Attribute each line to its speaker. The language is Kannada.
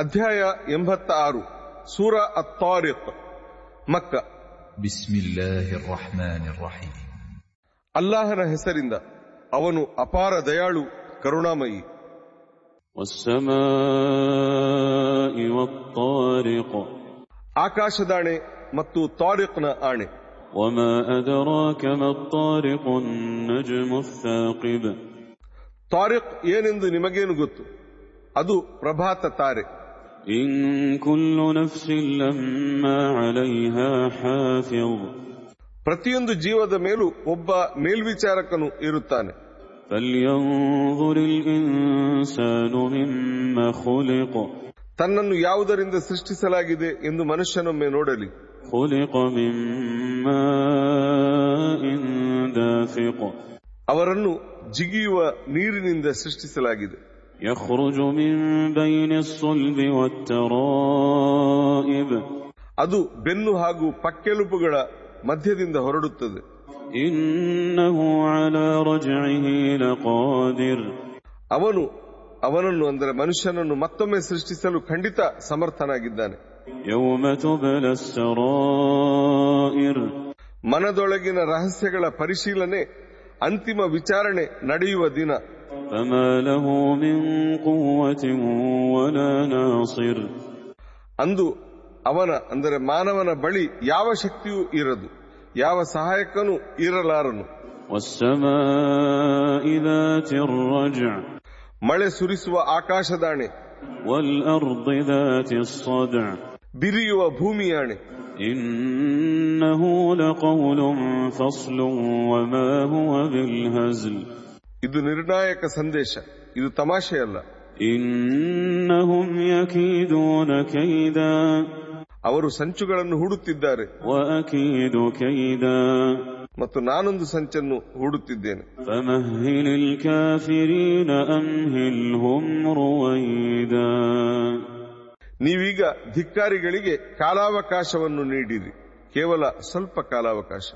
Speaker 1: ಅಧ್ಯಾಯ ಎಂಬತ್ತ ಆರು ಸೂರ ಅತ್ತಾರಿತ್ ಮಕ್ಕ
Speaker 2: بسم الله الرحمن الرحيم
Speaker 1: ಅಲ್ಲಾಹನ ಹೆಸರಿಂದ ಅವನು ಅಪಾರ ದಯಾಳು ಕರುಣಾಮಯಿ
Speaker 3: والسماء والطارق
Speaker 1: ಆಕಾಶದಾಣೆ ಮತ್ತು ತಾರಿಕ್ನ ಆಣೆ
Speaker 3: وما أدراك ما الطارق النجم الثاقب
Speaker 1: ತಾರಿಕ್ ಏನೆಂದು ನಿಮಗೇನು ಗೊತ್ತು ಅದು ಪ್ರಭಾತ ತಾರೆ
Speaker 3: إن كل نفس لما عليها حافظ
Speaker 1: ಪ್ರತಿಯೊಂದು ಜೀವದ ಮೇಲೂ ಒಬ್ಬ ಮೇಲ್ವಿಚಾರಕನು ಇರುತ್ತಾನೆ
Speaker 3: فلينظر الإنسان مما خلق
Speaker 1: ತನ್ನನ್ನು ಯಾವುದರಿಂದ ಸೃಷ್ಟಿಸಲಾಗಿದೆ ಎಂದು ಮನುಷ್ಯನೊಮ್ಮೆ ನೋಡಲಿ
Speaker 3: خلق من ماء دافق
Speaker 1: ಅವರನ್ನು ಜಿಗಿಯುವ ನೀರಿನಿಂದ ಸೃಷ್ಟಿಸಲಾಗಿದೆ
Speaker 3: يخرج من بين الصلب والترائب
Speaker 1: ಅದು ಬೆನ್ನು ಹಾಗೂ ಪಕ್ಕೆಲುಬುಗಳ ಮಧ್ಯದಿಂದ ಹೊರಡುತ್ತದೆ
Speaker 3: إنه على رجعه لقادر
Speaker 1: ಅವನು ಅವನನ್ನು ಅಂದರೆ ಮನುಷ್ಯನನ್ನು ಮತ್ತೊಮ್ಮೆ ಸೃಷ್ಟಿಸಲು ಖಂಡಿತ ಸಮರ್ಥನಾಗಿದ್ದಾನೆ
Speaker 3: يوم تبلى السرائر
Speaker 1: ಮನದೊಳಗಿನ ರಹಸ್ಯಗಳ ಪರಿಶೀಲನೆ ಅಂತಿಮ ವಿಚಾರಣೆ ನಡೆಯುವ ದಿನ
Speaker 3: فما له من قوة ولا ناصر
Speaker 1: ಅಂದು ಅವನ ಅಂದರೆ ಮಾನವನ ಬಳಿ ಯಾವ ಶಕ್ತಿಯೂ ಇರದು ಯಾವ ಸಹಾಯಕನೂ ಇರಲಾರನು
Speaker 3: والسماء ذات الرجع
Speaker 1: ಮಳೆ ಸುರಿಸುವ ಆಕಾಶದಾಣೆ
Speaker 3: والأرض ذات الصدع
Speaker 1: ಬಿರಿಯುವ ಭೂಮಿಯಾಣೆ
Speaker 3: إنه لقول فصل وما هو بالهزل
Speaker 1: ಇದು ನಿರ್ಣಾಯಕ ಸಂದೇಶ ಇದು ತಮಾಷೆಯಲ್ಲ
Speaker 3: إنهم يكيدون كيدا
Speaker 1: ಅವರು ಸಂಚುಗಳನ್ನು ಹೂಡುತ್ತಿದ್ದಾರೆ
Speaker 3: وأكيد كيدا
Speaker 1: ಮತ್ತು ನಾನೊಂದು ಸಂಚನ್ನು ಹೂಡುತ್ತಿದ್ದೇನೆ
Speaker 3: فمهل الكافرين أمهلهم رويدا
Speaker 1: ನೀವೀಗ ಧಿಕ್ಕಾರಿಗಳಿಗೆ ಕಾಲಾವಕಾಶವನ್ನು ನೀಡಿರಿ ಕೇವಲ ಸ್ವಲ್ಪ ಕಾಲಾವಕಾಶ